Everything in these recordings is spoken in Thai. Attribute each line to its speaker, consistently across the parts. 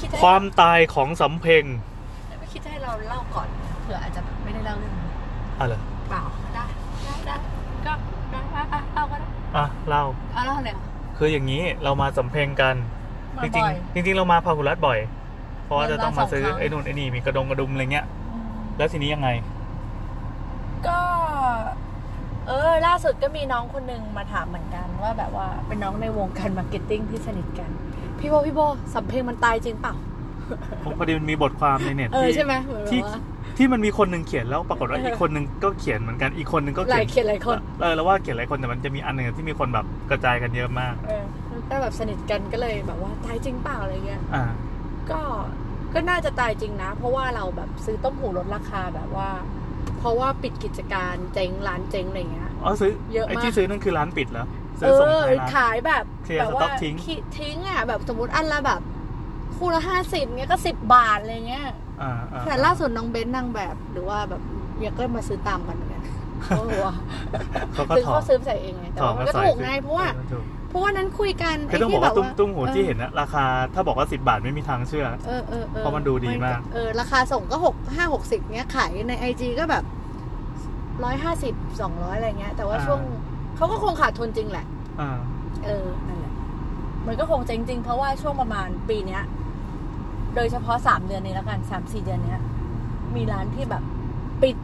Speaker 1: คิดจะ
Speaker 2: ค
Speaker 1: ให้
Speaker 2: วามตายของสำเพ็ง
Speaker 1: ไม่คิดจะให้เราเล่าก่อนเผื่ออาจจะไม่ได้เล่าเรื่องนี้
Speaker 2: อะไร
Speaker 1: เปล่าได้ได้ได้ก็ได้อ่ะอ่ะเล่าก็ได้
Speaker 2: อ่ะ
Speaker 1: เอา
Speaker 2: เล่า
Speaker 1: เล่าเลยเหรอ
Speaker 2: คืออย่างนี้เรามาสำเพ็งกัน
Speaker 1: มา
Speaker 2: จ
Speaker 1: บ่
Speaker 2: ริง
Speaker 1: อย
Speaker 2: ๆจริงๆเรามาพาหุรัตบ่อย เพราะว่าจะต้องมาซื้อ
Speaker 1: เดินมาสองครั้ง
Speaker 2: ไอ้นู่นไอ้นี่มีกระดงกระดุมอะไรเงี้ย
Speaker 1: อืม
Speaker 2: แล้วทีนี้ยังไง
Speaker 1: ก็ เออ ล่าสุดก็มีน้องคนหนึ่งมาถามเหมือนกันว่าแบบว่าเป็นน้องในวงการมาร์เก็ตติ้งที่สนิทกัน พี่โบพี่โบสำเพลงมันตายจริงเปล่า
Speaker 2: พอดีมันมีบทความในเน็ต
Speaker 1: เออ
Speaker 2: ที่
Speaker 1: ใช่ไหมเหมือนแบบ
Speaker 2: ที่
Speaker 1: ว่า
Speaker 2: ที่มันมีคนหนึ่งเขียนแล้วปรากฏว่าอีกคนหนึ่งก็เขียนเหมือนกันอีกคนหนึ่งก็
Speaker 1: ห
Speaker 2: เขี
Speaker 1: ลาย
Speaker 2: น
Speaker 1: เขียนหลายคน
Speaker 2: เออแล้วว่าเขียนหลายคนแต่มันจะมีอันหนึ่งที่มีคนแบบกระจายกันเยอะมาก
Speaker 1: เออก็แบบสนิทกันก็เลยแบบว่าตายจริงเปล่าอะไรเงี้ย
Speaker 2: อ่า
Speaker 1: ก็ก็น่าจะตายจริงนะ เพราะว่าเราแบบซื้อต้มหูลดราคาแบบว่า เพราะว่าปิดกิจการเจ๊งร้านเจ๊งอะไรเงี้ย
Speaker 2: อ๋อซื้อ
Speaker 1: เยอะมาก
Speaker 2: ไอ้ที่ซื้อนั่นคือร้านปิดแล้วซื้
Speaker 1: เอ
Speaker 2: อส่ง
Speaker 1: อ
Speaker 2: ขายร้าน
Speaker 1: ขายแบบ
Speaker 2: เคลียร์
Speaker 1: แบบ
Speaker 2: สต็
Speaker 1: ว่า
Speaker 2: อกทิ้ง
Speaker 1: คิทิ้งอ่ะแบบสมมติอันละแบบคู่ละห้าสิบเงี้ยก็สิบบาทอะไรเงี้ย
Speaker 2: อ่าอ่
Speaker 1: แต่ล่าสุดน้องเบนซ์นางแบบหรือว่าแบบอยากก็มาซื้อตามกันเหมื อนกันเขาบอกว่า
Speaker 2: เขาก็
Speaker 1: ซื้อ
Speaker 2: ถอด
Speaker 1: เขาซื้อไปใส่เองไงแต่
Speaker 2: ถอด
Speaker 1: ว่ามันก็
Speaker 2: ใส่
Speaker 1: ถูกไงเพราะว่า
Speaker 2: ออถูก
Speaker 1: เพราะว่านั้นคุยกัน
Speaker 2: คือต้องบ
Speaker 1: ที่
Speaker 2: อกว่าตุ้มตุ้มหูที่เห็นนะราคาถ้าบอกว่า 10 บาทไม่มีทางเชื่อ
Speaker 1: เออเออออ
Speaker 2: เพราะมันดูดีมาก
Speaker 1: เออราคาส่งก็หกห้าหกสิบเนี้ยขายในไอจีก็แบบร้อยห้าสิบสองร้อยอะไรเงี้ย แต่ว่าช่วงเขาก็คงขาดทุนจริงแหละ
Speaker 2: อ่า
Speaker 1: เออ นั่นแหละ มันก็คงเจ๊งจริงเพราะว่าช่วงประมาณปีเนี้ย โดยเฉพาะสามเดือนนี้แล้วกันสามสี่เดือนเนี้ย มีร้านที่แบบ ปิด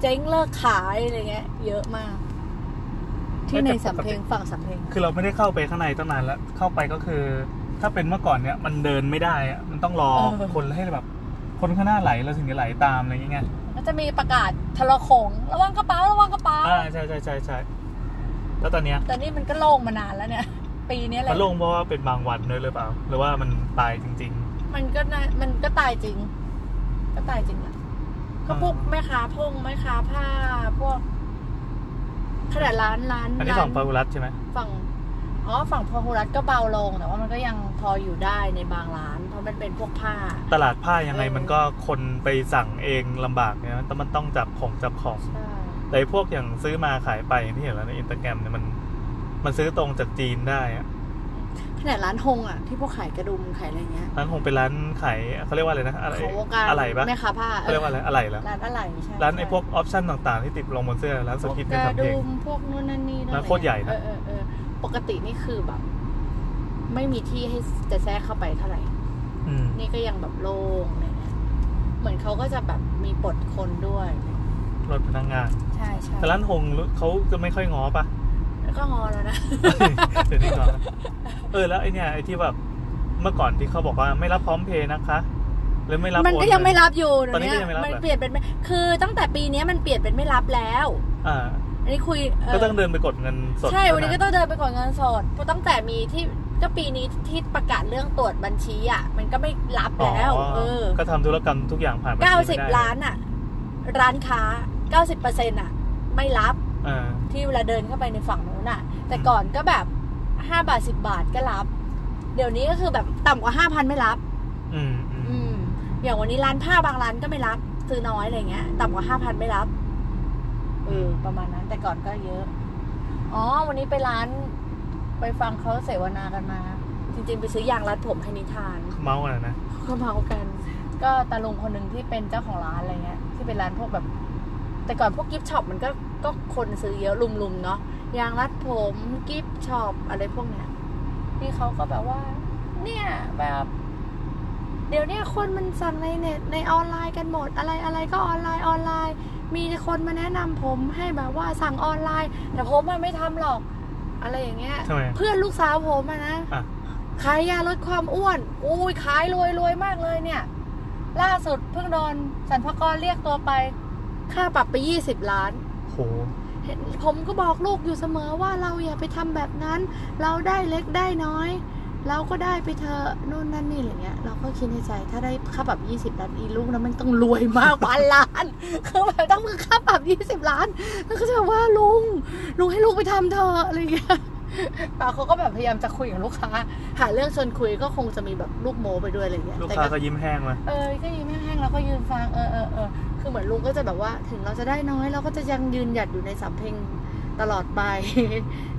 Speaker 1: เจ๊งเลิกขายอะไรเงี้ย เยอะมาก ที่ในสำเพ็งฝั่งสำเพ็ง
Speaker 2: คือเราไม่ได้เข้าไปข้างในตั้งนานแล้ว เข้าไปก็คือ ถ้าเป็นเมื่อก่อนเนี่ยมันเดินไม่ได้อะมันต้องรอคนให้แบบ คนข้างหน้าไหลเราถึงจะไหลตามอะไรอย่างเงี้ย
Speaker 1: ก็จะมีประกาศทะเลาะโขงระวังกระเป๋าระวังกระเป๋า
Speaker 2: อ่าใช่ใช่ใช่ใช่แล้วตอนเนี้ย
Speaker 1: แต่นี่มันก็โล่งมานานแล้วเนี่ย ปีเนี้ยแห
Speaker 2: มั
Speaker 1: ละ
Speaker 2: นโลงเพราะว่าเป็นบางวันด้วยหรือเปล่า หรือว่ามันตายจริง
Speaker 1: มันก็น่ามันก็ตายจริง ก็ตายจริงแหละก็พวกแม่ค้าพงแม่ค้าผ้า พวกขนาดร้านร้าน
Speaker 2: ๆ อันนี้
Speaker 1: ร้า
Speaker 2: ฝั่งปารุรัตใช่ไหม
Speaker 1: ฝั่ง อ๋อ ฝั่งพหลรัฐก็เบาลง แต่ว่ามันก็ยังพออยู่ได้ในบางร้าน เพราะมันเป็นพวกผ้า
Speaker 2: ตลาดผ้ายังไงมันก็คนไปสั่งเองลำบากเนี่ยแต่มันต้องจับของจับของ
Speaker 1: ใช่
Speaker 2: แต่พวกอย่างซื้อมาขายไปอย่างที่เห็นแล้วในอินสตาแกรมเนี่ยมัน มันซื้อตรงจากจีนได้อะ
Speaker 1: ขนาดร้านฮงอ่ะ ที่พวกขายกระดุมขายอะไรเงี้ย
Speaker 2: ร้านคงเป็นร้านขายเขาเรียกว่าอะไรนะอะไร
Speaker 1: ของวงการ
Speaker 2: อะไรปะ
Speaker 1: แม่ค้าผ้า
Speaker 2: เขาเรียกว่าอะไรอะไรละ
Speaker 1: ร้านอะไรใช่
Speaker 2: ร้านไอ้พวกออปชั่นต่างๆ ที่ติดลงบนเสื้อร้าน
Speaker 1: พ
Speaker 2: ส
Speaker 1: วก
Speaker 2: กิป
Speaker 1: ก
Speaker 2: ใน
Speaker 1: ระ
Speaker 2: สำ
Speaker 1: ดุ
Speaker 2: เพ็ง
Speaker 1: มพวกนู่นนั่นนี่
Speaker 2: ร้านโคตรใหญ่นะ
Speaker 1: เออเออเออปกตินี่คือแบบ ไม่มีที่ให้จะแทรกเข้าไปเท่าไหร่
Speaker 2: อืม
Speaker 1: นี่ก็ยังแบบโล่งอะไรเงี้ยเหมือนเขาก็จะแบบมีปลดคนด้วย
Speaker 2: รถพนักงาน
Speaker 1: ใช่ใช่
Speaker 2: แต่ร้านหงเขาจะไม่ค่อยง้อปะ
Speaker 1: ก็งอแล้วนะ
Speaker 2: เดี๋ยวนี้ก่อนนะเออแล้วไอเนี่ยไอที่แบบเมื่อก่อนที่เขาบอกว่าไม่รับพร้อมเพย์นะคะ หรือไม่รับ
Speaker 1: มันก็
Speaker 2: โอ
Speaker 1: ยังไม่รับอยู่เดี๋ย
Speaker 2: ตอ
Speaker 1: วน
Speaker 2: นี้
Speaker 1: เนี้ย
Speaker 2: ก็ยังไม่รับ
Speaker 1: มัน
Speaker 2: เหรอ
Speaker 1: เปลี่ยนเป็นไม่คือตั้งแต่ปีเนี้ยมันเปลี่ยนเป็นไม่รับแล้ว
Speaker 2: อ่า
Speaker 1: อันนี้คุยเอ่อ
Speaker 2: ก็ต้องเดินไปกดเงินสด
Speaker 1: ใช่
Speaker 2: เท่า
Speaker 1: วันนี้ก็ต้องเดินไปก่อนเงินสดเพราะตั้งแต่มีที่ก็ปีนี้ที่ประกาศเรื่องตรวจบัญชีอ่ะ มันก็ไม่รับ
Speaker 2: อ๋อ
Speaker 1: แล้ว เออ
Speaker 2: ก็ทำธุรกรรมทุกอย่างผ่านบัญชี
Speaker 1: เก้าสิบ
Speaker 2: ไม่ได้
Speaker 1: ล้านอ่ะ ร้านค้าเก้าสิบเปอร์เซ็นอ่ะ ไม่รับ
Speaker 2: อ่า
Speaker 1: ที่เวลาเดินเข้าไปในฝั่งนู้นอ่ะ แต่ก่อนก็แบบห้าบาทสิบบาทก็รับ เดี๋ยวนี้ก็คือแบบต่ำกว่าห้าพันไม่รับ
Speaker 2: อืมอืม
Speaker 1: อืมอย่างวันนี้ร้านผ้าบางร้านก็ไม่รับ ซื้อน้อยอะไรเงี้ยต่ำกว่าห้าพันไม่รับเออประมาณนั้น แต่ก่อนก็เยอะ อ๋อ วันนี้ไปร้านไปฟังเขาเสวนากันมา จริงๆ ไปซื้อยางรัดผมให้นิทาน
Speaker 2: เมาส์อะไรนะ
Speaker 1: ก็เมากัน ก็ตาลุงคนหนึ่งที่เป็นเจ้าของร้านอะไรเงี้ย ที่เป็นร้านพวกแบบ แต่ก่อนพวกกิฟต์ช็อปมันก็ก็คนซื้อเยอะลุมๆเนาะยางรัดผมกิฟต์ช็อปอะไรพวกเนี้ย นี่เขาก็แบบว่า เนี่ยแบบ เดี๋ยวเนี้คนมันสั่งในเน็ตในออนไลน์กันหมดอะไรอะไรก็ออนไลน์ออนไลน์ มีคนมาแนะนำผมให้แบบว่าสั่งออนไลน์ แต่ผมมันไม่ทำหรอก อะไรอย่างเงี้ย
Speaker 2: ทำไม
Speaker 1: เพื่อนลูกสาวผมอะนะ
Speaker 2: อ่ะ
Speaker 1: ขายยาลดความอ้วน อุ้ยขายรวยรวยมากเลยเนี่ย ล่าสุดเพิ่งโดนสรรพากรเรียกตัวไป ค่าปรับไปยี่สิบล้าน
Speaker 2: โห
Speaker 1: เห็นผมก็บอกลูกอยู่เสมอว่าเราอย่าไปทำแบบนั้น เราได้เล็กได้น้อย เราก็ได้ไปเถอะนู่นนั่นนี่อะไรเงี้ย เราก็คิดในใจถ้าได้ค่าปรับ 20ล้านอีลูกนะมันต้องรวยมาก พันล้านคือแบบต้องมีค่าปรับ 20 ล้าน แล้วก็จะแบบว่าลุงลุงให้ลูกไปทำเถอะอะไรเงี้ยป้าเขาก็ แบบพยายามจะคุยกับลูกค้า หาเรื่องชวนคุยก็คงจะมีแบบลูกโมไปด้วยอะไรเงี้ย
Speaker 2: ลูก
Speaker 1: แต่
Speaker 2: ค้า
Speaker 1: ก็
Speaker 2: ก็ยิ้มแห้งมา
Speaker 1: เออก็ยืนแห้งๆแล้วก็ยืนฟังเออเออเออคือเหมือนลุงก็จะแบบว่า ถึงเราจะได้น้อยเราก็จะยังยืนหยัดอยู่ในสำเพ็งตลอดไป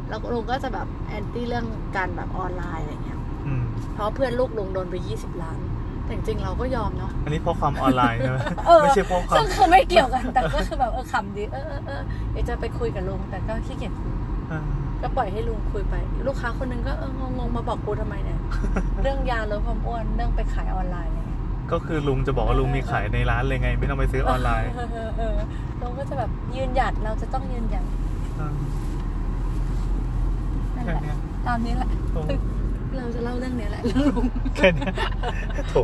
Speaker 1: แล้วลุงก็จะแบบแอนตี้เรื่องการแบบออนไลน์อะไรเงี้ย
Speaker 2: อืม
Speaker 1: เพราะเพื่อนลูกลุงโดนไป 20 ล้าน แต่จริงๆเราก็ยอมเนาะ
Speaker 2: อันนี้เพราะความออนไลน์ใช่ไหม
Speaker 1: เออ
Speaker 2: ไม่ใช่เพราะควา
Speaker 1: ซึ่
Speaker 2: ม
Speaker 1: งคือไม่เกี่ยวกัน แต่ก็คือแบบเออขำดี เออเออเออเดี๋ยวจะไปคุยกับลุง แต่ก็ขี้เกียจคุย
Speaker 2: เออ
Speaker 1: ก็ปล่อยให้ลุงคุยไป ลูกค้าคนหนึงก็เอองงๆมาบอกกูทำไม เนี่ย เรื่องยาลดความอ้วน เรื่องไปขายออนไลน์อะไรเงี้ย
Speaker 2: ก็คือลุงจะบอกว่าลุงมีขายในร้านเลยไง ไม่ต้องไปซื้อออนไลน์
Speaker 1: เออเออเออลุงก็จะแบบยืนหยัด เราจะต้องยืนหยัด
Speaker 2: เออ
Speaker 1: นั่นแห
Speaker 2: แค่
Speaker 1: ละ
Speaker 2: เนี้ย
Speaker 1: ตามนี้แหละ
Speaker 2: โอ้
Speaker 1: เราจะเล่าเรื่องเนี้ยแหละเรื่องลุง
Speaker 2: แค่เนี้ยโถ